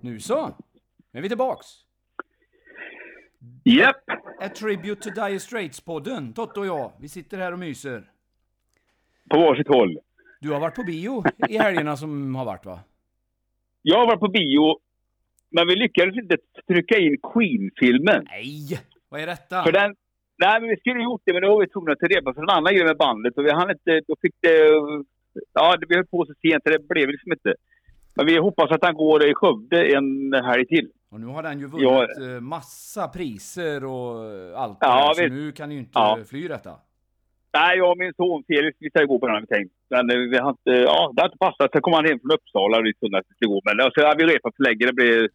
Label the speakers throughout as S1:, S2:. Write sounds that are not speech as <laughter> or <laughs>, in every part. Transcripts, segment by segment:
S1: Nu så! Nu är vi tillbaks!
S2: Japp!
S1: A Tribute to Dire Straits-podden, Totto och jag. Vi sitter här och myser.
S2: På varsitt håll.
S1: Du har varit på bio i helgerna som har varit va?
S2: Jag var på bio, men vi lyckades inte trycka in Queen-filmen.
S1: Nej! Vad är detta?
S2: För den... Nej, men vi skulle gjort det, men då var vi tvungna att repa för en annan grej med bandet och vi hann inte... Då fick det... Ja, det blev på så sent så det blev liksom inte. Men vi hoppas att han går i Skövde en helg till.
S1: Och nu har den ju vunnit eh, massa priser och eh, allt det
S2: Ja,
S1: här, så
S2: visst.
S1: nu kan ju inte
S2: Ja.
S1: eh, fly detta.
S2: Nej, jag och min son Felix, vi ska ju gå på den här vi tänkt. Men eh, vi har inte, ja, det har inte passat. Sen kom han hem från Uppsala och vi trodde att det skulle gå. Men alltså, ja, vi repar för länge. Det blir,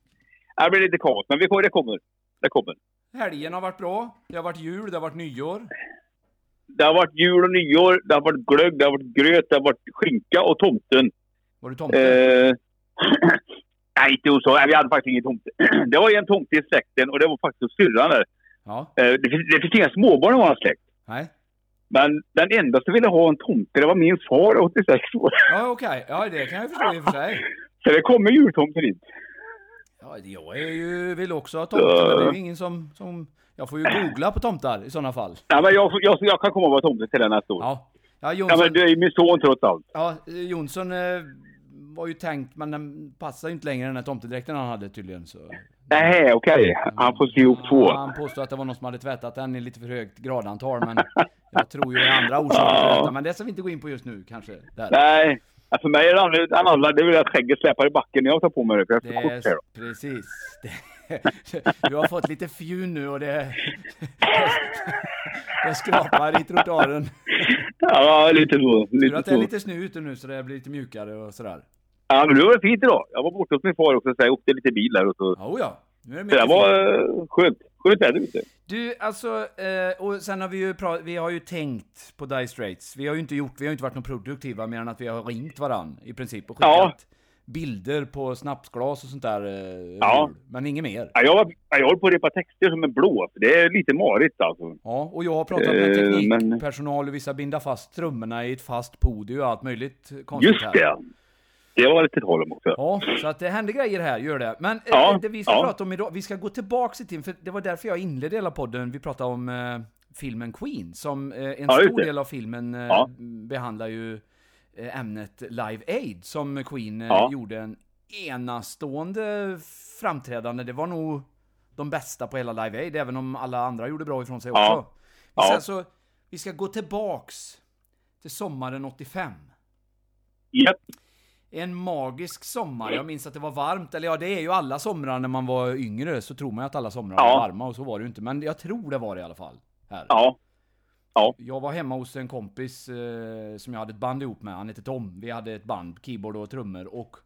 S2: ja, det blir lite kaos. Men vi får, det kommer. Det kommer.
S1: Helgen har varit bra. Det har varit jul, det har varit nyår.
S2: Det har varit jul och nyår. Det har varit glögg, det har varit gröt, det har varit skinka och tomten.
S1: Mm. Var du tomte?
S2: Eh, <clears throat> nej, inte hos oss. Nej, Vi hade faktiskt ingen tomte. <clears throat> det var ju en tomte i släkten och det var faktiskt hos syrran där.
S1: Ja.
S2: Eh, det, finns, det finns inga småbarn i vår släkt.
S1: Nej.
S2: Men den enda som ville ha en tomte, det var min far, 86 år. <laughs>
S1: Ja, okej. Ja, det kan jag förstå i och för sig.
S2: Så det kommer jultomten dit.
S1: Ja, det- jag är ju, vill också ha tomtar, men det är ju ingen som, som... Jag får ju googla på tomtar i sådana fall.
S2: Nej, men jag, jag, jag kan komma och vara tomte till den nästa år. Ja,
S1: Ja. Ja,
S2: men
S1: Jonsson,
S2: du är ju min son trots allt.
S1: ja, eh, Jonsson eh, var ju tänkt, men den passar ju inte längre den här tomtedräkten han hade tydligen. Så.
S2: Nej, okej. Han får sy ihop två.
S1: Ja, han påstod att det var någon som hade tvättat den i lite för högt gradantal, men jag tror ju det är andra orsaker till detta. Men det ska vi inte gå in på just nu kanske. Där.
S2: Nej, ja, för mig är det annorlunda än alla. Det är väl att skägget släpar i backen när jag tar på mig det. För jag
S1: Det
S2: har kort här.
S1: är, precis. Det, <laughs> du har fått lite fjun nu och det, <laughs> det skrapar i trottoaren.
S2: Ja, lite så.
S1: Tur
S2: Lite
S1: att det är
S2: så.
S1: lite snö ute nu så det blir lite mjukare och sådär.
S2: Ja, men det var fint idag. Jag var borta hos min far också, så jag åkte lite bil där och så.
S1: Ja, oh ja. Nu är det
S2: Så det
S1: mycket
S2: var
S1: fint.
S2: eh, skönt. Skönt väder ute.
S1: Du, alltså, eh, och sen har vi ju pra- vi har ju tänkt på Dire Straits. Vi har ju inte gjort, vi har ju inte varit något produktiva mer än att vi har ringt varann i princip och skickat
S2: Ja.
S1: bilder på snapsglas och sånt där. Eh,
S2: Ja.
S1: jul. Men inget mer.
S2: Ja, jag, var, ja, jag håller på att repa texter som en blå. för Det är lite marigt alltså.
S1: Ja, och jag har pratat med
S2: Eh, men-
S1: teknikpersonal och vissa binda fast trummorna i ett fast podium och allt möjligt konstigt
S2: Just
S1: här.
S2: det. Det var lite tal om också.
S1: Ja, så att det händer grejer här, gör det. Men eh,
S2: Ja,
S1: det vi ska
S2: ja.
S1: prata om idag, vi ska gå tillbaks i tiden, för det var därför jag inledde hela podden. Vi pratade om eh, filmen Queen, som eh, en
S2: Ja, just
S1: stor
S2: det.
S1: del av filmen eh,
S2: Ja.
S1: behandlar ju eh, ämnet Live Aid, som Queen eh,
S2: Ja.
S1: gjorde en enastående framträdande. Det var nog de bästa på hela Live Aid, även om alla andra gjorde bra ifrån sig
S2: Ja.
S1: också. Men
S2: Ja.
S1: sen så, vi ska gå tillbaks till sommaren 85.
S2: Japp.
S1: En magisk sommar. Jag minns att det var varmt. Eller ja, det är ju alla somrar när man var yngre. Så tror man ju att alla somrar
S2: Ja.
S1: var varma och så var det ju inte. Men jag tror det var det i alla fall. Här.
S2: Ja.
S1: Jag var hemma hos en kompis eh, som jag hade ett band ihop med. Han hette Tom. Vi hade ett band, keyboard och trummor. Och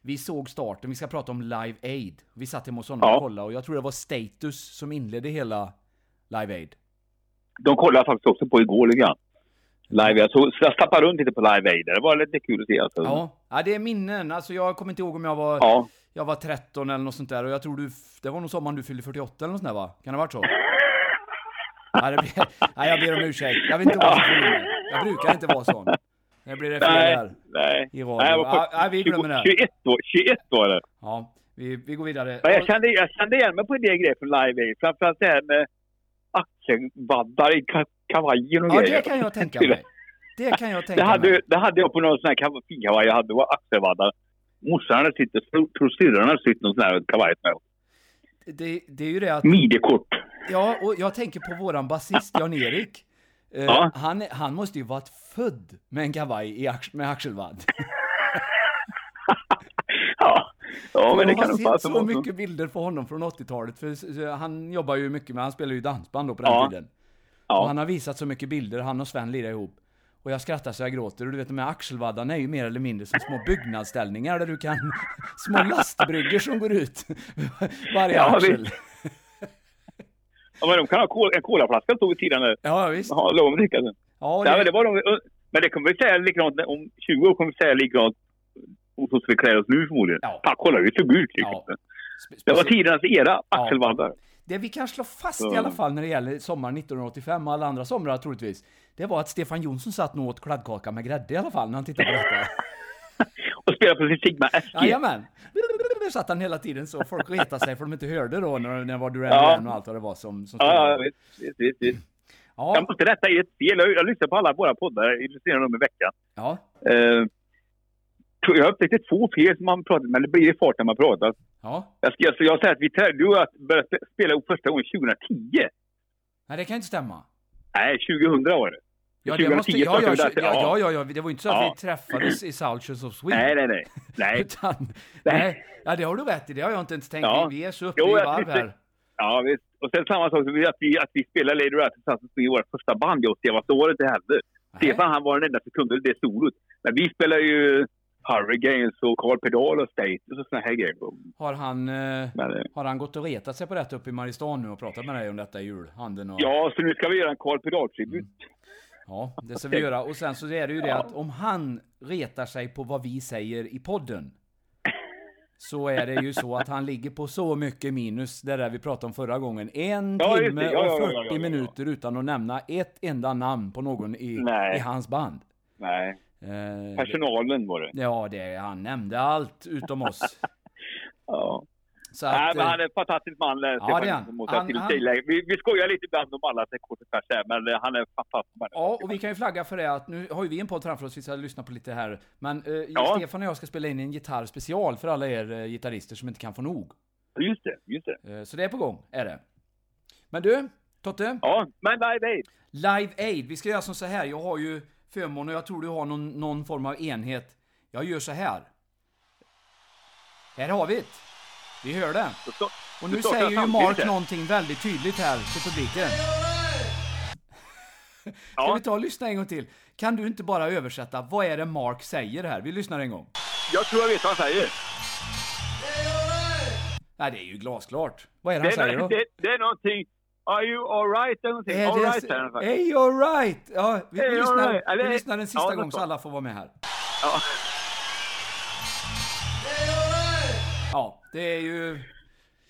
S1: vi såg starten. Vi ska prata om Live Aid. Vi satt hemma hos honom
S2: Ja.
S1: och kollade. Och jag tror det var Status som inledde hela Live Aid.
S2: De kollade jag faktiskt också på igår lite grann. Live, jag, såg, så jag stappade runt lite på Live Aid. Det var lite kul att se. Alltså.
S1: Ja, ja det är minnen. Alltså jag kommer inte ihåg om jag var,
S2: Ja.
S1: jag var 13 eller något sånt där. Och jag tror du, f- det var nog sommaren du fyllde 48 eller något sånt där va? Kan det ha varit så? Nej, det blir, nej jag ber om ursäkt. Jag vill inte vara så förvånad. Jag brukar inte vara sån. Nu blir det fel
S2: Nej,
S1: här.
S2: nej.
S1: I radio.
S2: nej, jag
S1: Ja,
S2: var
S1: nej, vi glömmer det.
S2: 21, år, 21 var det.
S1: Ja, vi, vi går vidare.
S2: Men jag, kände, jag kände igen mig på en del grejer från Live Aid. Framförallt det här med axelvaddar i ka- kavajer och
S1: Ja,
S2: grejer.
S1: det kan jag tänka mig. Det kan jag
S2: <laughs> Det
S1: tänka mig.
S2: hade, det hade jag på någon sån här kav- finkavaj jag hade. Det var axelvaddar. Morsan hade sitt, och tror syrran hade sitt någon sån här kavaj med.
S1: Det, det är ju det att
S2: Midjekort. <laughs>
S1: Ja, och jag tänker på våran basist Jan-Erik. Eh,
S2: Ja.
S1: han, han måste ju varit född med en kavaj i ax, med axelvadd.
S2: Ja, ja men det
S1: jag
S2: kan
S1: har
S2: nog
S1: sett
S2: passa
S1: så
S2: på.
S1: mycket bilder på honom från 80-talet, för s- s- han jobbar ju mycket med, han spelar ju dansband då på den
S2: Ja.
S1: tiden. Och
S2: Ja.
S1: han har visat så mycket bilder, han och Sven lirar ihop. Och jag skrattar så jag gråter. Och du vet, de här axelvaddarna är ju mer eller mindre som små byggnadsställningar där du kan... <laughs> Små lastbryggor som går ut <laughs> varje
S2: Ja,
S1: axel.
S2: visst. ja, men de kan ha kol, en colaflaska stod vid sidan där.
S1: Ja, visst.
S2: Ja, låg och dricka sen.
S1: Ja,
S2: Nej,
S1: det,
S2: men, det var de, men det kommer vi säga likadant, när- om 20 år kommer vi säga likadant om så som vi klär oss nu förmodligen.
S1: Ja.
S2: Fan, kolla hur vi såg ut liksom.
S1: Ja. spe-
S2: Det var
S1: speciellt-
S2: tidernas era, axelvaddar.
S1: Det vi kan slå fast
S2: Så-
S1: i alla fall när det gäller sommaren 1985 och alla andra somrar troligtvis, det var att Stefan Jonsson satt nog åt kladdkaka med grädde i alla fall när han tittade på detta.
S2: och spelade på sin Sigma SG.
S1: Jajamän! Där satt han hela tiden så. Folk retade sig för de inte hörde då när, när det var Duran
S2: Ja.
S1: Duran och allt vad det var som... som
S2: Ja, ja,
S1: spelade.
S2: visst, visst, visst, visst. Jag
S1: ja,
S2: måste rätta i ett fel. Jag, jag lyssnar på alla våra poddar, illustrerar dem i veckan.
S1: ja,
S2: Eh, jag upptäckte två fel som man pratade men det blir i fart när man pratar.
S1: ja.
S2: Jag, ska, så jag säger att vi tä- du har börjat spela upp första gången 2010.
S1: Nej, det kan ju inte stämma.
S2: Nej, 2000 var det.
S1: Ja, det
S2: 2010
S1: måste, ja,
S2: startade
S1: ja,
S2: vi
S1: ja,
S2: där.
S1: ja, ja, ja, det var ju inte så att
S2: Ja.
S1: vi träffades i South Shores of Sweden.
S2: Nej, nej, nej. nej.
S1: Utan,
S2: Nej.
S1: nej, ja, det har du rätt i. Det har jag inte ens tänkt.
S2: Ja.
S1: Vi är så uppe
S2: Jo,
S1: i
S2: jag
S1: varv
S2: tyckte-
S1: här.
S2: Ja, visst. Och sen samma sak, som vi- att vi, att vi spelar Lady Rat tillsammans med vårt första band. Jag ser vad året det hände.
S1: Nej.
S2: Stefan han var den enda som kunde det solot. Men vi spelar ju Hurricanes och Carl Pedal och Status och såna här grejer.
S1: Har han, eh,
S2: Men, eh,
S1: har han gått och retat sig på detta uppe i Mariestad nu och pratat med dig om detta i julhandeln? Och,
S2: ja, så nu ska vi göra en Carl Pedal-tribut.
S1: Mm. Ja, det ska vi göra. Och sen så är det ju det att om han retar sig på vad vi säger i podden så är det ju så att han ligger på så mycket minus, det där vi pratade om förra gången. En
S2: Ja, just det.
S1: timme
S2: Ja, ja,
S1: och 40
S2: ja, ja, ja, ja.
S1: minuter utan att nämna ett enda namn på någon i,
S2: Nej.
S1: i hans band.
S2: Nej,
S1: Eh,
S2: personalen var det.
S1: ja, det, han nämnde allt utom oss.
S2: Ja.
S1: Så
S2: Nej,
S1: att,
S2: men
S1: eh,
S2: han är en fantastisk man, eh,
S1: Ja,
S2: Stefan.
S1: det är han.
S2: måste jag
S1: Han-
S2: till-
S1: han-
S2: tillägga. Vi, vi skojar lite ibland om alla så kort och tvärs här, men eh, han är en fantastisk man.
S1: Ja, och vi kan ju flagga för det att nu har ju vi en podd framför oss, vi ska lyssna på lite här. Men eh,
S2: Ja.
S1: Stefan och jag ska spela in en gitarrspecial för alla er eh, gitarrister som inte kan få nog.
S2: Just det, just det.
S1: Eh, så det är på gång, är det. Men du, Totte,
S2: Ja, men nej, nej.
S1: Live Aid. Vi ska göra som så här, jag har ju förmånen, jag tror du har någon, någon form av enhet. Jag gör så här. Här har vi det. Vi hör det.
S2: Då stå-
S1: Och
S2: då
S1: nu
S2: startar
S1: säger ju
S2: jag
S1: Mark
S2: samtidigt här.
S1: någonting väldigt tydligt här till
S2: <laughs>
S1: publiken. Ska
S2: Ja,
S1: vi ta och lyssna en gång till? Kan du inte bara översätta, vad är det Mark säger här? Vi lyssnar en gång.
S2: jag tror jag vet vad han säger.
S1: Nej, det är ju glasklart. Vad är det
S2: Det
S1: han
S2: är,
S1: säger då?
S2: nå- det, det är någonting. Are you alright? Någonting.
S1: Är
S2: Alright
S1: det...
S2: säger han. faktiskt.
S1: Hey, alright! Ja, vi,
S2: Hey,
S1: vi,
S2: all
S1: lyssnar,
S2: right. Eller-
S1: vi lyssnar en
S2: Ja,
S1: sista
S2: det
S1: gång
S2: var-
S1: så alla får vara med här.
S2: Ja.
S1: Ja, det är ju...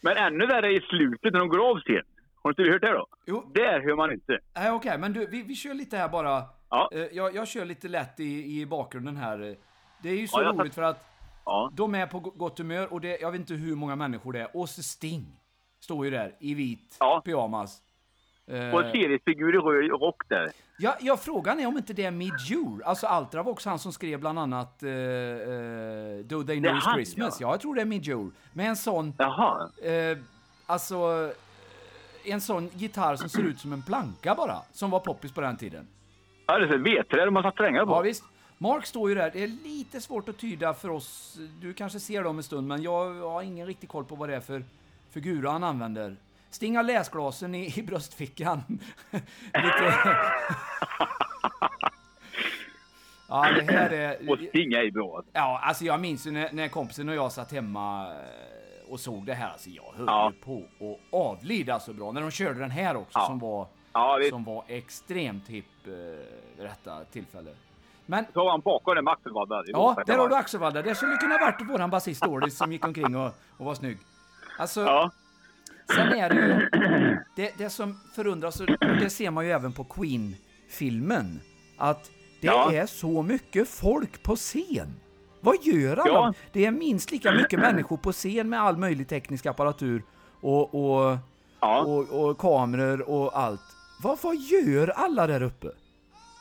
S2: Men ännu värre är i slutet när de går av scenen. Har inte du hört det då?
S1: Jo,
S2: Där hör man inte.
S1: nej, okej, men du, vi, vi kör lite här bara.
S2: Ja.
S1: Eh, Jag, jag kör lite lätt i, i bakgrunden här. Det är ju så
S2: Ja, jag tar-
S1: roligt för att
S2: Ja.
S1: de är på go- gott humör och det, jag vet inte hur många människor det är. Och så Sting står ju där i vit
S2: Ja.
S1: pyjamas. Eh,
S2: Och en seriefigur i röd rock där.
S1: Ja, ja, frågan är om inte det är Midjour. Alltså Altra var också han som skrev bland annat eh, eh, Do They
S2: Det är
S1: Know It's
S2: han,
S1: Christmas. Ja. jag tror det är Midjour. Med en sån,
S2: Jaha.
S1: eh, alltså, eh, en sån gitarr som ser ut som en planka bara. Som var poppis på den tiden.
S2: Ja, det är vedträd och massa strängar på.
S1: Ja, visst. Mark står ju där. Det är lite svårt att tyda för oss. Du kanske ser dem en stund, men jag har ingen riktig koll på vad det är för figurer han använder. Sting har läsglasen i, i bröstfickan. <laughs> lite... <laughs> ja, det här
S2: Och
S1: är...
S2: stinga i bra.
S1: Ja, alltså jag minns ju när, när kompisen och jag satt hemma eh, och såg det här. Alltså jag höll
S2: Ja.
S1: ju på att avlida så bra. När de körde den här också
S2: Ja.
S1: som var
S2: Ja, visst.
S1: som var extremt hipp eh, vid detta tillfälle. Men
S2: Så var han bakom den med axelvadden. Det är
S1: ja,
S2: gott,
S1: där har du
S2: det.
S1: Axevalla. Det skulle kunna varit våran basist Ordis som gick omkring och, och var snygg. Alltså,
S2: Ja.
S1: sen är det
S2: <clears throat>
S1: ju... Det, det som förundrar så det ser man ju även på Queen-filmen. Att det
S2: Ja.
S1: är så mycket folk på scen. Vad gör alla?
S2: Ja.
S1: Det är minst lika mycket människor på scen med all möjlig teknisk apparatur och, och,
S2: Ja.
S1: och, och kameror och allt. Vad, vad gör alla där uppe?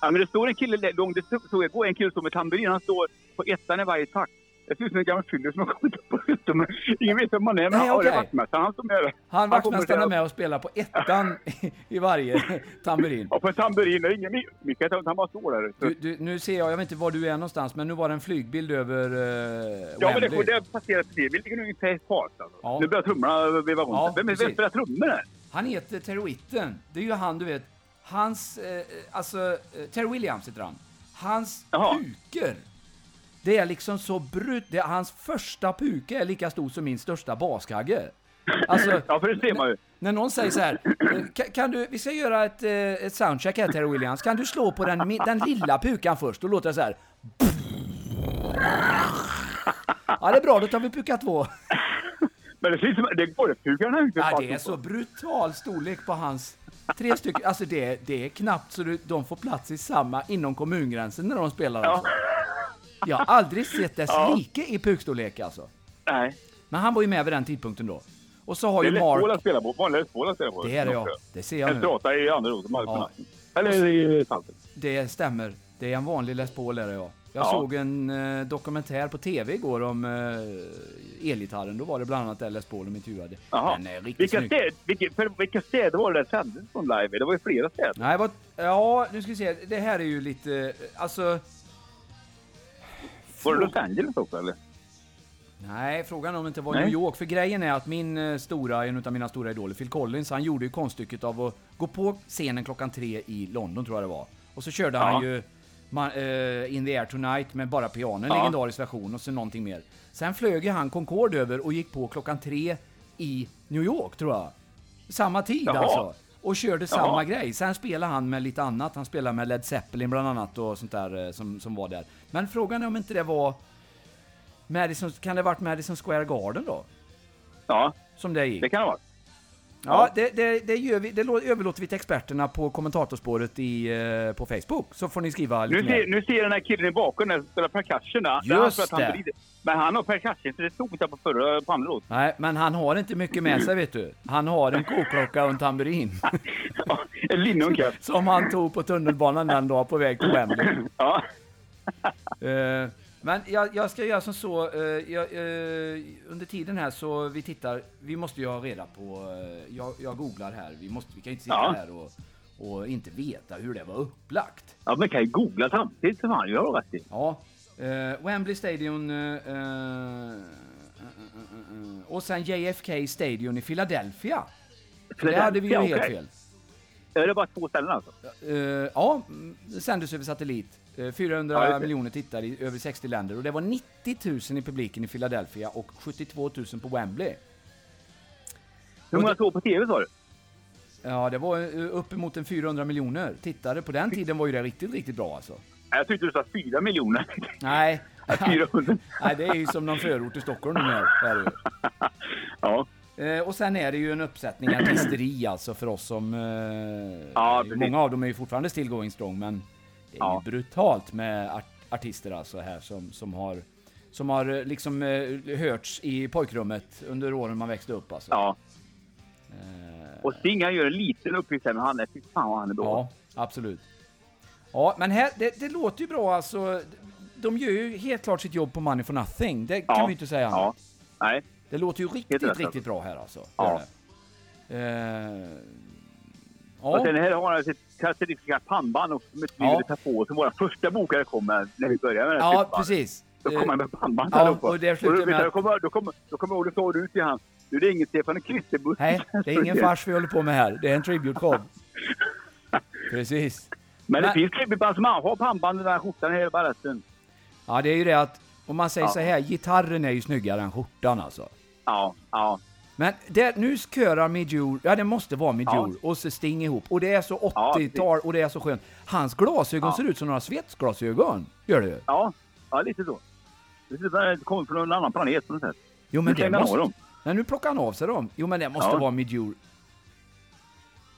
S2: ja, men det står en kille där- långt. Det såg jag gå en kille som med tamburin. Han står på ettan i varje takt. Det ser ut som en gammal fyller som har kommit upp på utom. Ingen vet vem man är, men
S1: Nej,
S2: han har
S1: okej.
S2: vaktmästaren. Han som är
S1: Han vaktmästaren är
S2: kommenterar-
S1: med och spelar på ettan i- i varje <laughs> tamburin.
S2: Ja, på en tamburin. Det är ingen Mikael, utan han bara står där. Så-
S1: Du, du, nu ser jag, jag vet inte var du är någonstans, men nu var det en flygbild över uh,
S2: Ja, men det, och det passerar precis. Vi ligger ungefär i fart. Alltså.
S1: Ja.
S2: Nu börjar trummorna veva runt.
S1: Ja,
S2: vem, vem
S1: precis.
S2: spelar trummor där?
S1: Han heter Terry Whitten. Det är ju han, du vet. Hans, eh, alltså, eh, Terry Williams heter han. Hans
S2: Jaha.
S1: puker. Det är liksom så brut... Det är, hans första puke är lika stor som min största baskagge. Alltså,
S2: Ja, för det ser man ju.
S1: När någon säger så här, eh, kan, kan du, vi ska göra ett, eh, ett soundcheck här Terry Williams, kan du slå på den, mi- den lilla pukan först? Då låter det så här. Ja det är bra, då tar vi puka två.
S2: Men det ser ut som... Det går det pukarna ut.
S1: Ja, det är så brutal storlek på hans tre stycken, alltså det, det är knappt så du, de får plats i samma inom kommungränsen när de spelar
S2: Ja.
S1: alltså. Jag har aldrig sett dess like i pukstorlek alltså.
S2: Nej.
S1: Men han var ju med vid den tidpunkten då. Och så har
S2: Det är
S1: ju
S2: lättbål
S1: Mark...
S2: att spela på. Vanlig lättbål att spela på.
S1: Det är det ja, det ser jag
S2: En
S1: nu.
S2: strata i andra roten. Ja.
S1: Ja.
S2: Eller i saltet.
S1: Det stämmer. Det är en vanlig Les Paul är det ja. Jag
S2: Ja.
S1: såg en eh, dokumentär på TV igår om eh, elgitarren. Då var det bland annat den Les Paul de intervjuade.
S2: Jaha.
S1: Den är riktigt
S2: Vilka,
S1: snygg.
S2: städ, vilka, för, vilka städer var det där sändes från live i? Det var ju flera städer.
S1: Nej, vad... Ja, nu ska vi se. Det här är ju lite... eh, Alltså...
S2: Var det Los Angeles också eller?
S1: Nej, frågan är om det inte var
S2: Nej.
S1: New York. För grejen är att min eh, stora, en av mina stora idoler, Phil Collins, han gjorde ju konststycket av att gå på scenen klockan tre i London, tror jag det var. Och så körde han
S2: Ja.
S1: ju man, eh, In the Air Tonight med bara piano, en
S2: Ja.
S1: legendarisk version, och så någonting mer. Sen flög ju han Concorde över och gick på klockan tre i New York, tror jag. Samma tid
S2: Jaha.
S1: alltså. Och körde samma
S2: Jaha.
S1: grej. Sen spelade han med lite annat. Han spelade med Led Zeppelin bland annat och sånt där eh, som, som var där. Men frågan är om inte det var... Madison, kan det ha varit Madison Square Garden då?
S2: Ja,
S1: Som det gick?
S2: det kan det vara.
S1: ja, det, det, det, gör vi, det lå- överlåter vi till experterna på kommentatorspåret i, eh, på Facebook. Så får ni skriva lite
S2: Nu ser,
S1: mer.
S2: nu ser jag den här killen i bakom där som spelar percussion där.
S1: Just
S2: han tror att han
S1: det.
S2: vrider. Men han har percussion så det stod inte på förra, på andra låten.
S1: Nej, men han har inte mycket med sig vet du. Han har en koklocka och en tamburin. <laughs>
S2: en linne och en keps.
S1: som han tog på tunnelbanan den dag på väg till Wembley.
S2: Ja.
S1: Eh, men jag, jag ska göra som så, eh, jag, eh, under tiden här så vi tittar, vi måste ju ha reda på, eh, jag, jag googlar här, vi, måste, vi kan ju inte sitta
S2: Ja.
S1: här och, och inte veta hur det var upplagt.
S2: ja, men kan ju googla samtidigt som han gör rätt i.
S1: Ja, eh, Wembley Stadium eh, eh, eh, eh, eh, och sen JFK Stadion i Philadelphia. För det hade vi ju
S2: Ja,
S1: helt
S2: okej.
S1: fel.
S2: Är det bara två ställen alltså?
S1: Eh, ja, mm, det sändes över satellit. Eh, 400
S2: Ja, just det.
S1: miljoner tittare i över 60 länder och det var 90 000 i publiken i Philadelphia och 72 000 på Wembley.
S2: Hur många såg på tv sa du?
S1: Ja, det var eh, uppemot en 400 miljoner tittare. På den tiden var ju det riktigt, riktigt bra alltså.
S2: Jag tyckte du sa fyra miljoner. <laughs>
S1: Nej,
S2: Fyra hundra.
S1: <laughs> Nej det är ju som någon förort till Stockholm nu är det ju.
S2: Ja.
S1: Eh, och sen är det ju en uppsättning artisteri alltså för oss som... Eh,
S2: Ja, precis.
S1: många av dem är ju fortfarande still going strong men det är
S2: Ja.
S1: ju brutalt med art artister alltså här som, som har... Som har eh, liksom eh, hörts i pojkrummet under åren man växte upp alltså.
S2: ja.
S1: Eh,
S2: Och Sting han gör en liten uppgift här, men han är, fy fan vad han är bra.
S1: Ja, absolut. Ja, men här, det, det låter ju bra alltså. De gör ju helt klart sitt jobb på Money for Nothing. Det kan vi inte säga annat.
S2: Ja. Nej.
S1: Det låter ju riktigt,
S2: rätt,
S1: riktigt bra här alltså. Gör
S2: Ja.
S1: det. Eh,
S2: Och
S1: ja.
S2: sen här har han sitt karaktäristiska pannband också som inte vi
S1: Ja.
S2: ville ta på oss. Som våra första bokare kom med när vi började med den här
S1: ja,
S2: flyttbanden.
S1: precis.
S2: Då
S1: Eh,
S2: kom han med pannband
S1: ja,
S2: allihopa.
S1: och det slutade
S2: då, vet
S1: med
S2: jag,
S1: att-
S2: då kommer då kommer- då kommer jag ihåg, då sa du till han. Du, det är ingen Stefan Kristerbus.
S1: Nej, det är ingen fars vi håller på med här. Det är en tribute
S2: <laughs>
S1: show. precis.
S2: Men det
S1: Nej.
S2: finns krispiband som han har pannband i den här skjortan hela baletten.
S1: Ja, det är ju det att om man säger
S2: Ja.
S1: så här, gitarren är ju snyggare än skjortan alltså.
S2: Ja, ja.
S1: Men det, nu körar Midjour, ja det måste vara Midjour, och så Sting ihop. Och det är så
S2: Ja,
S1: 80-tal och det är så skönt. Hans glasögon
S2: Ja.
S1: ser ut som några svetsglasögon, gör det ju.
S2: Ja, ja lite så. Det ser ut som att det kommer från en annan planet på något sätt.
S1: Jo
S2: Nu
S1: men det
S2: slänger han av
S1: måste...
S2: dem.
S1: Nej, nu plockar han av sig dem. Jo men det måste
S2: Ja.
S1: vara Midjour.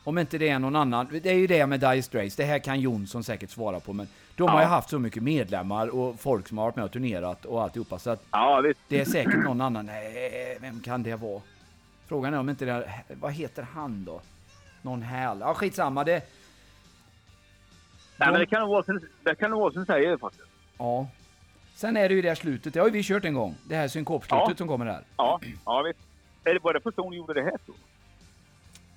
S1: Om inte det är någon annan. Det är ju det med Dire Straits, det här kan Jonsson säkert svara på men de har
S2: Ja.
S1: ju haft så mycket medlemmar och folk som har varit med och turnerat och alltihopa så att
S2: Ja, visst.
S1: det är säkert någon annan. Nej, vem kan det vara? Frågan är om inte det här, Vad heter han då? Någon häl? Ja, skitsamma det...
S2: Nej,
S1: De-
S2: men det kan nog vara som, det kan nog vara som du säger faktiskt.
S1: Ja. Sen är det ju det här slutet, det har ju vi kört en gång. Det här synkopslutet
S2: Ja.
S1: som kommer här.
S2: Ja, ja visst. Eller var det första hon gjorde det här tror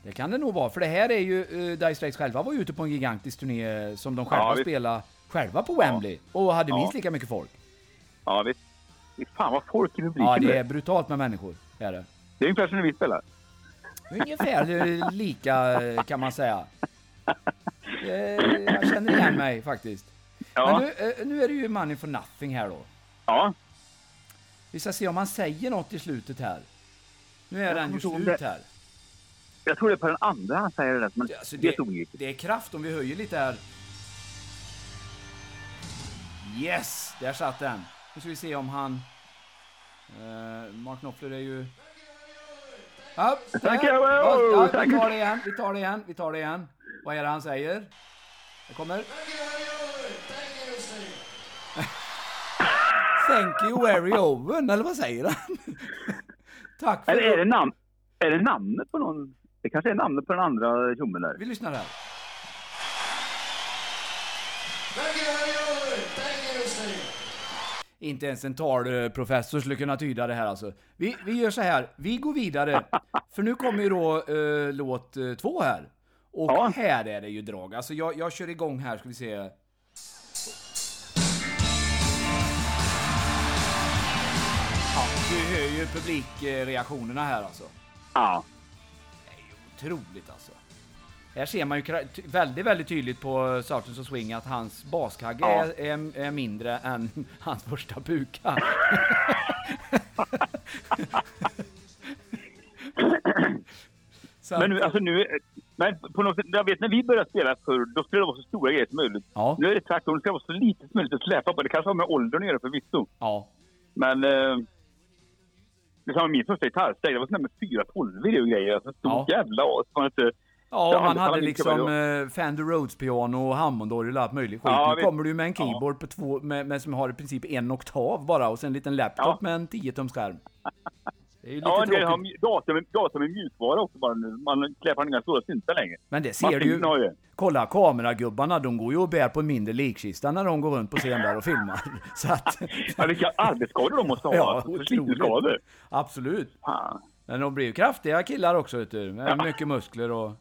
S1: Det kan det nog vara, för det här är ju... Uh, Dire Straits själva var ju ute på en gigantisk turné eh, som de själva
S2: Ja, visst.
S1: spelade själva på Wembley. Och hade
S2: Ja.
S1: minst lika mycket folk.
S2: Ja, visst. Fy Fan vad folk i publiken
S1: Ja, det
S2: blev.
S1: är brutalt med människor. Det är det.
S2: det är ungefär som när vi spelar.
S1: Ungefär eh, lika eh, kan man
S2: <laughs>
S1: säga. Eh, Jag känner igen mig faktiskt.
S2: Ja,
S1: Men nu, eh, nu är det ju Money for Nothing här då.
S2: ja.
S1: Vi ska se om han säger något i slutet här. Nu är den ju
S2: kommer inte ihåg
S1: slut
S2: det.
S1: här.
S2: Jag tror det är på den andra han säger det, där, men
S1: Alltså,
S2: det,
S1: det,
S2: stod inte.
S1: det är kraft om vi höjer lite här. Yes! Där satt den. Nu ska vi se om han... Eh, Mark Knopfler är ju... Ja, där.
S2: Tack, ja,
S1: ja, ja,
S2: tack.
S1: vi tar det igen, vi tar det igen, vi tar det igen. Vad är det han säger? Det kommer. Thank you Harry Owen, eller vad säger han? <laughs> Tack för
S2: Eller är det,
S1: det.
S2: nam- är det namnet på någon? Det kanske är namnet på den andra tjommen där.
S1: Vi lyssnar här.
S3: Thank you, Harry Owen. Thank you, Steve.
S1: Inte ens en talprofessor skulle kunna tyda det här alltså. Vi, vi gör så här, vi går vidare. För nu kommer ju då eh, låt eh, två här. Och
S2: Ja.
S1: här är det ju drag. Alltså jag, jag kör igång här, ska vi se. Ja, du hör ju publikreaktionerna här alltså.
S2: Ja.
S1: Otroligt alltså. Här ser man ju kra- ty- väldigt, väldigt tydligt på Sartens och Swing att hans baskagge
S2: Ja.
S1: är, är, är mindre än <laughs> hans första buka. Så att-
S2: Men nu, alltså nu, men på något sätt, jag vet när vi började spela förr, då skulle det vara så stora grejer som möjligt.
S1: Ja.
S2: Nu är det tvärtom, det ska vara så lite som möjligt att släpa på. Det kanske har med åldern att göra förvisso.
S1: Ja.
S2: Men... Eh, det som var min första gitarrsteg, det var sån där med fyra tolvor i och grejer. Alltså stort
S1: Ja.
S2: jävla as. Man inte...
S1: Ja,
S2: Ja,
S1: och man
S2: det
S1: hade
S2: kan
S1: liksom
S2: vara
S1: eh, Fender Rhodes-piano och Hammondorgel och allt möjligt skit.
S2: Ja,
S1: nu
S2: vi-
S1: kommer du ju med en keyboard på två, med, med, som har i princip en oktav bara och sen en liten laptop
S2: Ja.
S1: med en
S2: <laughs>
S1: 10-tumsskärm. Det är ju lite
S2: Ja, det
S1: tråkigt.
S2: har mj- datorn är- datorn är mjukvara också bara nu. Man släpar inga stora syntar längre.
S1: Men det ser
S2: Man
S1: du ju.
S2: har ju.
S1: Kolla kameragubbarna, de går ju och bär på en mindre likkista när de går runt på scen där och filmar. Så att...
S2: Ja, vilka arbetsskador de måste ha.
S1: Ja,
S2: alltså,
S1: otroligt.
S2: Förslitningsskador.
S1: Absolut.
S2: Fan.
S1: Men de blir ju kraftiga killar också vet du. Med mycket muskler och...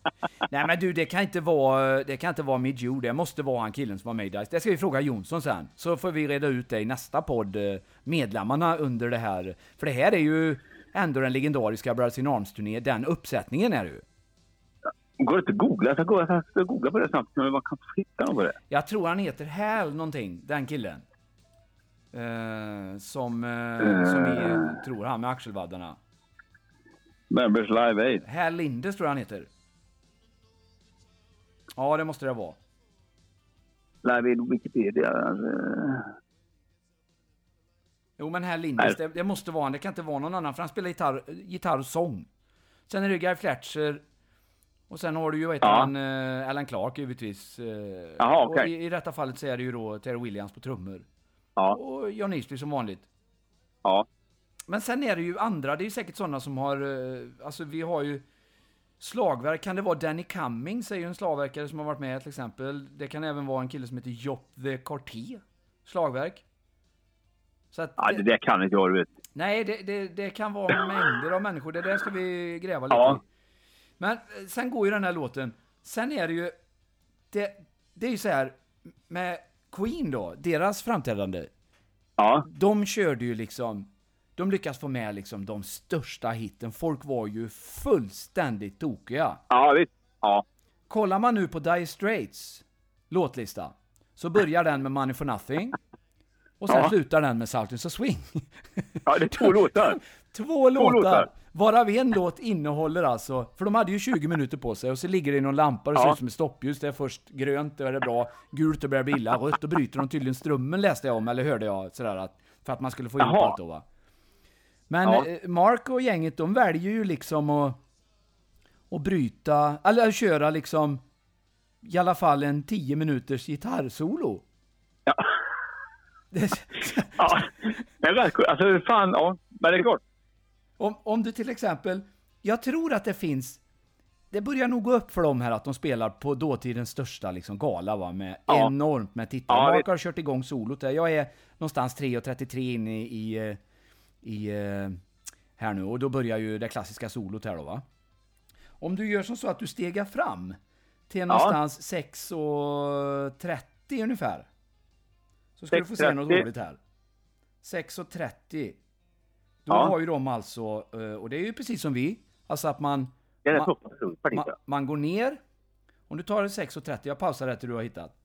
S1: Nej men du, det kan inte vara, det kan inte vara Midjo. Det måste vara han killen som var med i Dice. Det ska vi fråga Jonsson sen. Så får vi reda ut det i nästa podd. eh, Medlemmarna under det här. För det här är ju ändå den legendariska Brothers in Arms-turné. Den uppsättningen är det ju.
S2: Går det inte att googla? Jag ska googla, jag ska googla på det snabbt. Men man kan inte hitta något på det.
S1: Jag tror han heter Häl någonting, den killen. Eh, som, eh, som vi tror han med axelvaddarna.
S2: Members Live Aid.
S1: Herr Lindes tror jag han heter. Ja, det måste det vara.
S2: Live Aid Wikipedia. eh,
S1: Jo, men Herr Lindes,
S2: Nej.
S1: det, det måste vara han. Det kan inte vara någon annan, för han spelar gitarr, gitarr och sång. Sen är det Guy Fletcher. Och sen har du ju, vad heter
S2: Ja.
S1: han, eh, Alan Clark givetvis. eh,
S2: Jaha,
S1: och
S2: okej.
S1: i, I detta fallet så är det ju då Terry Williams på trummor.
S2: Ja,
S1: Och John Easley som vanligt.
S2: ja.
S1: Men sen är det ju andra, det är ju säkert sådana som har, eh, alltså vi har ju slagverk, kan det vara Danny Cummings är ju en slagverkare som har varit med till exempel. Det kan även vara en kille som heter Jopp the Cartier, slagverk. Så att,
S2: ja det där kan inte jag. du Vet.
S1: nej det, det, det kan
S2: <laughs>
S1: vara mängder av människor, det där ska vi gräva lite
S2: Ja.
S1: i. Men eh, sen går ju den här låten, sen är det ju, det, det är ju så här med Queen då, deras framträdande,
S2: Ja,
S1: de körde ju liksom, de lyckas få med liksom de största hitten. Folk var ju fullständigt tokiga.
S2: ja visst. Ja.
S1: Kollar man nu på Dire Straits låtlista, så börjar den med Money for Nothing, och sen
S2: Ja.
S1: slutar den med Saltins och Swing.
S2: ja, det är
S1: <laughs>
S2: två låtar.
S1: Två låtar,
S2: låtar.
S1: varav en låt innehåller alltså, för de hade ju 20 minuter på sig, och så ligger det i någon lampa och det ser
S2: Ja.
S1: ut som ett stoppljus. Det är först grönt, då är det bra, gult, då börjar det bli illa, rött, då bryter de tydligen strömmen läste jag om, eller hörde jag sådär att, för att man skulle få ihop
S2: Jaha.
S1: allt då va. Men
S2: Ja.
S1: eh, Mark och gänget, de väljer ju liksom att, att bryta, eller att köra liksom i alla fall en 10 minuters gitarrsolo. <laughs>
S2: Ja.
S1: Det-
S2: Ja. Men rätt kul. Alltså, hur fan, ja. Men det är klart.
S1: Om, om du till exempel, jag tror att det finns, det börjar nog gå upp för dem här att de spelar på dåtidens största liksom gala va, med
S2: Ja.
S1: enormt med tittare.
S2: Ja,
S1: Mark
S2: visst.
S1: har kört igång solot där. Jag är någonstans 3.33 in i, i, eh, i eh, här nu och då börjar ju det klassiska solot här då va. Om du gör som så att du stegar fram till någonstans 6.30 ungefär. Så ska du få se något
S2: 6.30.
S1: roligt här. 6.30. Då
S2: Ja.
S1: har ju de alltså, eh, och det är ju precis som vi, alltså att man,
S2: Det är
S1: Ma-
S2: den tuffa partiet.
S1: ma, man går ner, om du tar det 6.30, jag pausar det till du har hittat.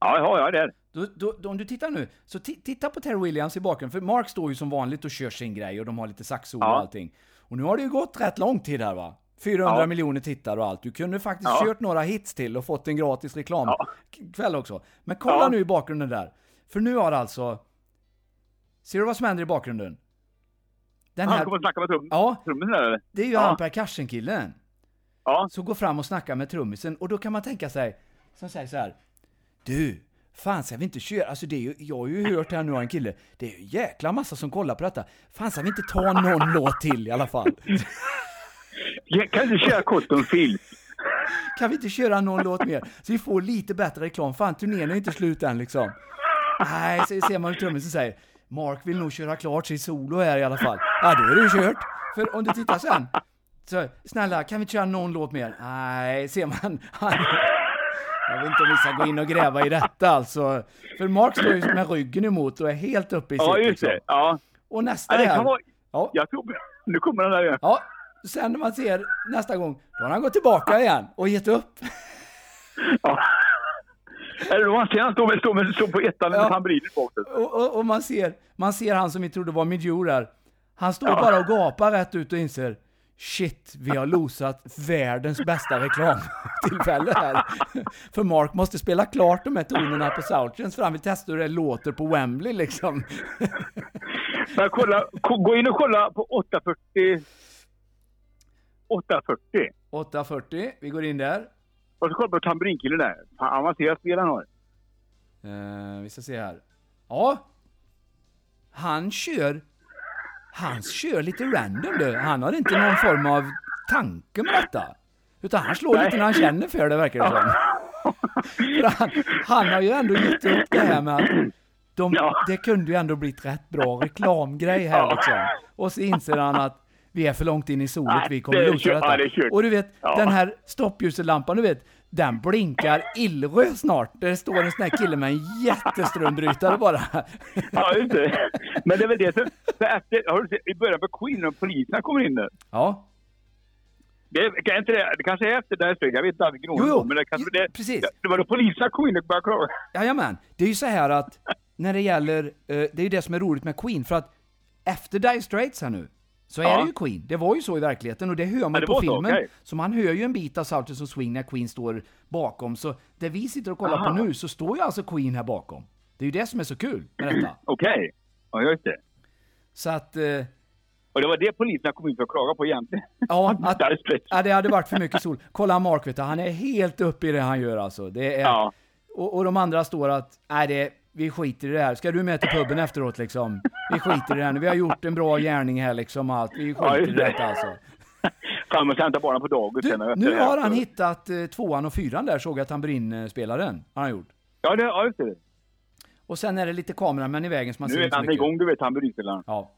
S2: Ja, ja, ja, det är det.
S1: Då, då, då, om du tittar nu, så ti- titta på Terry Williams i bakgrunden, för Mark står ju som vanligt och kör sin grej och de har lite saxol och
S2: Ja.
S1: allting. Och nu har det ju gått rätt lång tid här va? 400
S2: Ja.
S1: miljoner tittare och allt. Du kunde faktiskt
S2: Ja.
S1: kört några hits till och fått en gratis
S2: Ja.
S1: reklamkväll också. Men kolla
S2: Ja.
S1: nu i bakgrunden där. För nu har alltså... Ser du vad som händer i bakgrunden? Den
S2: Han
S1: här...
S2: kommer att snacka med trum-
S1: Ja,
S2: trummisen där, eller?
S1: det är ju
S2: Ja.
S1: han percussion-killen.
S2: Ja.
S1: Så går fram och snackar med trummisen och då kan man tänka sig, som säger så här. Du, Fan ska vi inte köra? Alltså det är ju, jag har ju hört här nu av en kille, det är ju en jäkla massa som kollar på detta. Fan ska vi inte ta någon låt till i alla fall?
S2: Ja, Kan du köra Cotton Field?
S1: Kan vi inte köra någon låt mer? Så vi får lite bättre reklam. Fan, turnén är inte slut än liksom. Nej, så ser man hur trummisen säger. Mark vill nog köra klart sitt solo här i alla fall. Ja, då är det ju kört. För om du tittar sen. Så, snälla, kan vi inte köra någon låt mer? Nej, ser man. Han, jag vet inte om vi ska gå in och gräva i detta alltså. För Mark står ju med ryggen emot och är helt uppe i sitt.
S2: Ja, just
S1: liksom.
S2: det. Ja.
S1: Och nästa
S2: Ja, det kan
S1: här.
S2: vara...
S1: Ja.
S2: Jag tror... Nu kommer den där igen.
S1: ja, sen när man ser nästa gång, då har han gått tillbaka igen och gett upp.
S2: Ja. Eller då anser han står med, står med, står på ettan med
S1: Ja.
S2: tamburinen bak.
S1: Och, och, och man, ser, man ser han som vi trodde var Midjour där. Han står bara och gapar rätt ut och inser Shit, vi har losat världens bästa <laughs> reklamtillfälle här. <laughs> För Mark måste spela klart de här tonerna på Soundtrends för han vill testa hur det låter på Wembley liksom. <laughs>
S2: Men kolla, ko- gå in och kolla på 840. 840.
S1: 8.40, vi går in där.
S2: Och så kolla på tamburinkillen där. Fan, avancerat spel han har.
S1: Eh, vi ska se här. Ja. Han kör... Han kör lite random du. Han har inte någon form av tanke med detta. Utan han slår lite när han känner för det verkar det som.
S2: <laughs>
S1: För han, han har ju ändå gett upp det här med att de,
S2: Ja.
S1: det kunde ju ändå blivit rätt bra reklamgrej här liksom. Och så inser han att vi är för långt in i solet,
S2: Nej,
S1: vi kommer
S2: det är
S1: loosa
S2: kört. Ja,
S1: detta.
S2: det är kört.
S1: Och du vet,
S2: Ja.
S1: den här stoppljuselampan, du vet, den blinkar illröd snart. Där det står en sån här kille med en jätteströmbrytare bara. <laughs>
S2: Ja, just det. Men det är väl det som... För efter, har du sett, I början på Queen, och poliserna kommer in nu.
S1: Ja,
S2: Det, är- kan inte det, det kanske är efter det här stället, jag vet inte vilken
S1: Jo, jo.
S2: ordning. Men det kanske
S1: Jo,
S2: det,
S1: precis.
S2: Det, var då poliserna kom in och började klaga.
S1: Jajamän, det är ju så här att när det gäller, eh, det är ju det som är roligt med Queen, för att efter Dire Straits här nu, så är
S2: Ja.
S1: det ju Queen. Det var ju så i verkligheten och det hör man
S2: det
S1: på
S2: var så,
S1: filmen.
S2: okej.
S1: Så man hör ju en bit av Southern som Swing när Queen står bakom. Så det vi sitter och kollar
S2: Aha.
S1: på nu, så står ju alltså Queen här bakom. Det är ju det som är så kul med detta.
S2: Okej. Ja, just det.
S1: Så att,
S2: <laughs>
S1: eh,
S2: Och det var det poliserna kom in för att klaga på egentligen.
S1: ja, att
S2: Där är spets.
S1: ja, det hade varit för mycket sol. Kolla Mark vet du, han är helt uppe i det han gör alltså. Det är,
S2: Ja.
S1: och, och de andra står att, nej det, vi skiter i det här. Ska du med till puben efteråt liksom? Vi skiter i det här nu. Vi har gjort en bra gärning här liksom allt. Vi skiter
S2: Ja,
S1: i
S2: just det.
S1: detta alltså.
S2: Fan, man ska hämta barnen på dagis sen.
S1: Du,
S2: efter
S1: nu
S2: det här.
S1: har han hittat eh, tvåan och fyran där såg jag tamburinspelaren. Har han gjort.
S2: Ja, det, ja, just det.
S1: Och sen är det lite kameramän i vägen som man
S2: Nu
S1: ser
S2: är
S1: inte så
S2: han
S1: mycket.
S2: igång, du vet, tamburinspelaren.
S1: Ja.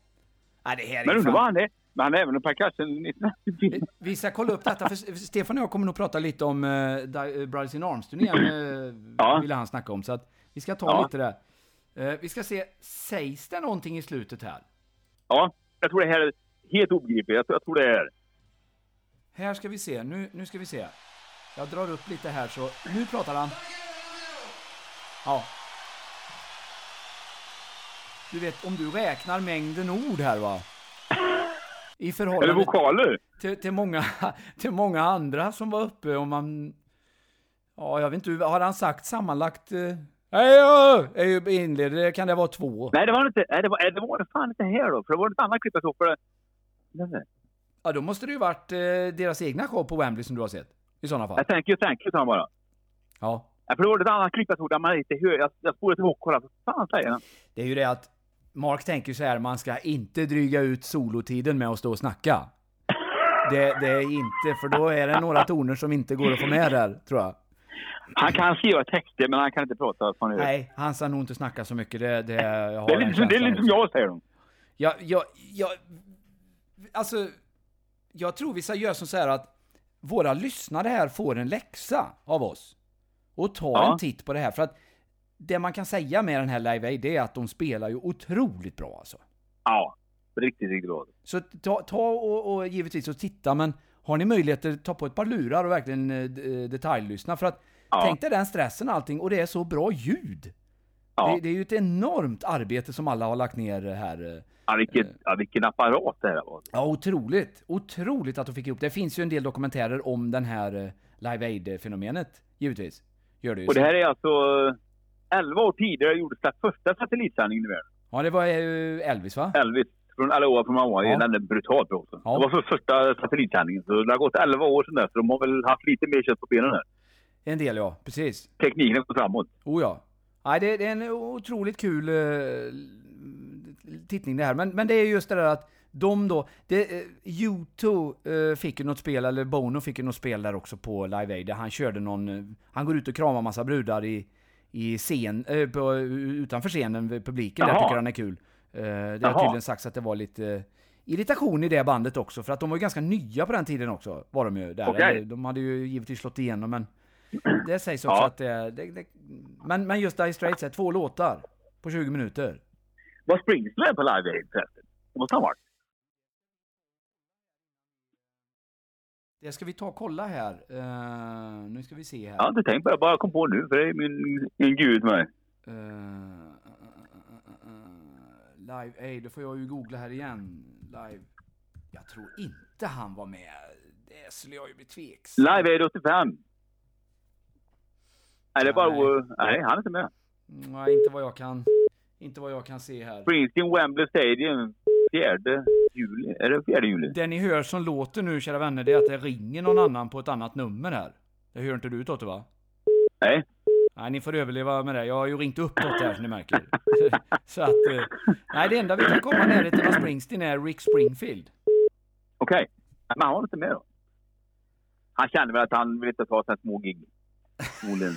S1: Nej, det här är
S2: Men
S1: ju fan-
S2: undrar vad han är. Men han är även en percussion.
S1: Vi- Vi ska kolla upp detta, för Stefan och jag kommer nog prata lite om eh, Di- eh, Brothers in Arms-turnén, uh,
S2: Ja.
S1: ville han snacka om. Så att vi ska ta
S2: Ja.
S1: lite där. Eh, vi ska se, sägs det någonting i slutet här?
S2: Ja, jag tror det här är helt obegripligt. Jag tror, jag tror det är...
S1: Här ska vi se, nu, nu ska vi se. Jag drar upp lite här så, nu pratar han. Ja. Du vet, om du räknar mängden ord här va? I
S2: Eller
S1: förhållande
S2: vokaler.
S1: till, till, många, <laughs> till många andra som var uppe och man... Ja, jag vet inte, hur- har han sagt sammanlagt... eh, Hej ö, är ju inledare, kan det vara två?
S2: Nej, det var inte... Nej, det var, det var det fan inte här då. För det var ett annat klipp jag såg på det. Nej, nej.
S1: Ja, då måste det ju varit eh, deras egna show på Wembley som du har sett. I sådana fall.
S2: Jag tänker, jag tänker, sa han bara.
S1: Ja.
S2: Ja, för det var ett annat klipp jag såg där man inte hör. Jag, jag spolade tillbaka och kollade. Vad fan säger han?
S1: Det är ju det att Mark tänker så här, man ska inte dryga ut solotiden med att stå och snacka. Det, det är inte, för då är det några toner som inte går att få med där, tror jag.
S2: Han kan skriva texter, men han kan inte prata. Som han gör.
S1: Nej, han ska nog inte snacka så mycket. Det, det, jag har
S2: Det är
S1: den
S2: lite, som- det är
S1: känslan
S2: lite
S1: också.
S2: som jag säger. De.
S1: Jag, jag, jag, alltså, jag tror vi ska göra som så här att våra lyssnare här får en läxa av oss. Och ta
S2: Ja.
S1: en titt på det här. För att det man kan säga med den här Live Aid, det är att de spelar ju otroligt bra alltså.
S2: Ja, riktigt, riktigt bra.
S1: Så ta, ta och, och givetvis och titta, men har ni möjligheter, ta på ett par lurar och verkligen eh, d- eh, detaljlyssna. För att
S2: Ja.
S1: tänk dig den stressen och allting, och det är så bra ljud.
S2: Ja.
S1: Det, det är ju ett enormt arbete som alla har lagt ner här. eh.
S2: Ja, vilket, ja, vilken apparat det här var.
S1: Ja, otroligt. Otroligt att de fick ihop det. Det finns ju en del dokumentärer om den här eh, Live Aid-fenomenet, givetvis. Gör det ju.
S2: Och det här är alltså... eh, 11 år tidigare gjordes den första satellitsändningen i världen.
S1: Ja, det var ju Elvis va?
S2: Elvis från alla år från Hawaii.
S1: Ja.
S2: Den är brutalt bra också.
S1: Ja.
S2: Det var för första satellitsändningen. Så det har gått 11 år sedan dess. Så de har väl haft lite mer kött på benen här.
S1: En del ja, precis.
S2: Tekniken har gått framåt.
S1: Oh ja. Nej, det, det är en otroligt kul eh, tittning det här. Men, men det är just det där att de då, det, eh, U2 eh, fick ju något spel, eller Bono fick ju något spel där också på Live Aid, där han körde någon, eh, han går ut och kramar massa brudar i, i scen, eh, på, utanför scenen, vid publiken där
S2: Jaha.
S1: tycker han är kul. Eh, det har
S2: Jaha.
S1: tydligen sagts att det var lite eh, irritation i det bandet också, för att de var ju ganska nya på den tiden också, var de ju. Där.
S2: Okej.
S1: Eller, De hade ju givetvis slått igenom, men det sägs också
S2: Ja.
S1: att det, det, det men, men just Dire Straits är två låtar på 20 minuter.
S2: Var Springsteen med på Live Aid förresten? Det måste han ha varit.
S1: Det ska vi ta och kolla här. Eh, nu ska vi se här.
S2: Jag har inte tänkt på det. Jag bara kom på nu för det är min, min gud med.
S1: Eh, eh, eh, eh, eh, live Aid, då får jag ju googla här igen. Live. Jag tror inte han var med. Det skulle jag ju bli tveksam.
S2: Live Aid 85. Nej, det är bara...
S1: Nej.
S2: Nej. han är inte med.
S1: Nej, inte vad jag kan, inte vad jag kan se här.
S2: Springsteen Wembley Stadium 4 juli. Är det 4 juli?
S1: Det ni hör som låter nu, kära vänner, det är att det ringer någon annan på ett annat nummer här. Det hör inte du Totte va?
S2: Nej.
S1: Nej, ni får överleva med det. Jag har ju ringt upp något där som ni märker. <laughs> Så, så att... eh, Nej, det enda vi kan komma närheten av Springsteen är Rick Springfield. <laughs>
S2: Okej. Men han var inte med då? Han kände väl att han ville inte ta sina små gig.
S1: <laughs>
S2: Förmodligen.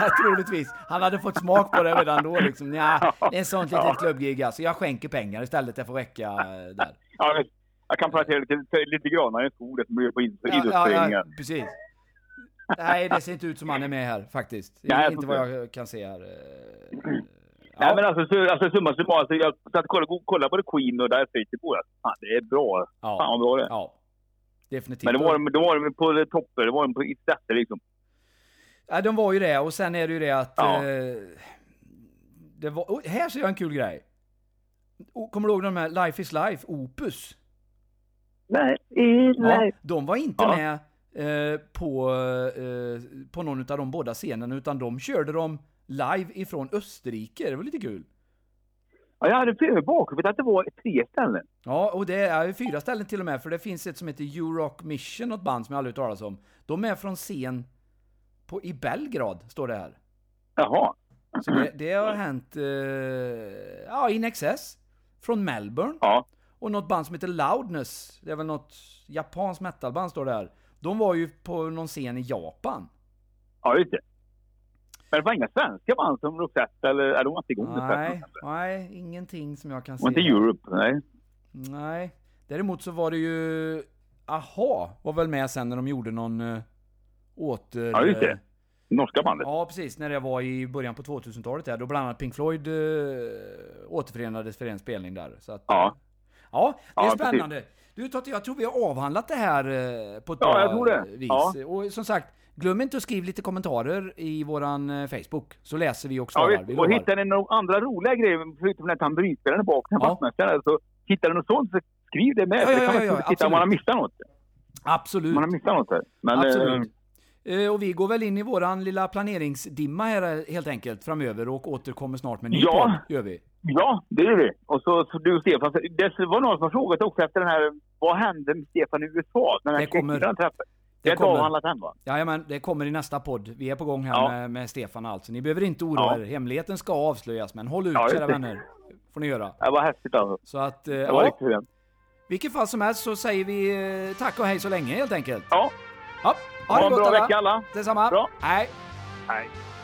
S1: Ja, troligtvis. Han hade fått smak på det redan då liksom. Nja, det är ett sånt litet klubbgig alltså. Jag skänker pengar istället, det får räcka eh, där.
S2: Ja, visst. jag kan placera lite, lite granar i en skog som blir på id- idrottsföreningar.
S1: precis. Nej, det ser inte ut som han är med här faktiskt.
S2: Nej, jag
S1: inte
S2: får
S1: vad jag kan se här. eh.
S2: Nej, men alltså, så, alltså summa summarum. Alltså, jag satt och kollade, kollade på The Queen och Dire Straits igår. Alltså, Fan, det är bra.
S1: Ja.
S2: Fan vad bra det är.
S1: Ja, definitivt.
S2: Men då var, de, då var de på toppen, då var de på i sätter liksom.
S1: Ja, de var ju det och sen är det ju det att...
S2: Ja.
S1: Eh, det var, oh, här ser jag en kul grej. Oh, kommer du ihåg de här Life is Life, Opus?
S2: Nej, i
S1: Ja, de var inte
S2: Ja.
S1: med eh, på, eh, på någon av de båda scenerna utan de körde dem live ifrån Österrike. Det var lite kul.
S2: Ja, jag hade fel i bakhuvudet att det var tre ställen.
S1: Ja, och det är ju fyra ställen till och med, för det finns ett som heter Euroc Mission, något band som jag aldrig hört talas om. De är från scen på, i Belgrad, står det här.
S2: Jaha.
S1: Så det, det har hänt, eh, ja, In Excess från Melbourne
S2: Ja.
S1: och något band som heter Loudness. Det är väl något japanskt metalband står det här. De var ju på någon scen i Japan.
S2: Ja, just det. Men det var inga svenska band som Rosette eller... Nej, de var inte igång
S1: Nej,
S2: Rosette.
S1: nej, ingenting som jag kan
S2: Det var inte
S1: se.
S2: Europe, nej.
S1: Nej, däremot så var det ju, aha, var väl med sen när de gjorde någon eh, åter... eh,
S2: Ja, just det. Norska bandet.
S1: Ja, precis. När det var i början på 2000-talet där, då bland annat Pink Floyd eh, återförenades för en spelning där. Så att,
S2: Ja.
S1: Ja, det är
S2: Ja, precis.
S1: spännande. Du Totte, jag tror vi har avhandlat det här eh, på ett
S2: Ja,
S1: bra
S2: jag tror det.
S1: vis.
S2: Ja.
S1: Och som sagt, glöm inte att skriva lite kommentarer i våran eh, Facebook, så läser vi och
S2: Ja,
S1: svarar. vi
S2: visst. Och
S1: lovar.
S2: hittar ni några andra roliga grejer, förutom den här tamburinspelaren bak, den
S1: Ja.
S2: vaktmästaren, så hittar ni något sånt så skriv det med.
S1: Ja,
S2: för
S1: ja,
S2: det kan
S1: ja,
S2: man
S1: ja,
S2: inte titta om man har missat något.
S1: Absolut.
S2: Man har missat något här. Men, eh,
S1: Absolut. Eh, och vi går väl in i våran lilla planeringsdimma här eh, helt enkelt framöver och återkommer snart med en ny
S2: Ja.
S1: podd, gör vi.
S2: ja, det gör vi. Och så, så du och Stefan, det var någon som har frågat också efter den här, vad hände med Stefan i USA? Den här
S1: Det kommer.
S2: tjeckiden han träffade.
S1: Det
S2: Det är inte
S1: kommer.
S2: avhandlat än va?
S1: Jajamän, det kommer i nästa podd. Vi är på gång här
S2: Ja.
S1: med, med Stefan alltså. Ni behöver inte oroa
S2: Ja.
S1: er. Hemligheten ska avslöjas, men håll ut
S2: Ja, just
S1: kära
S2: det.
S1: vänner. får ni göra.
S2: Det var häftigt alltså.
S1: Så att, eh,
S2: Det var
S1: ja,
S2: riktigt fint.
S1: vilket fall som helst så säger vi eh, tack och hej så länge helt enkelt.
S2: Ja,
S1: Ja,
S2: ha en
S1: gott
S2: bra vecka alla.
S1: Detsamma.
S2: Bra.
S1: Hej.
S2: Hej.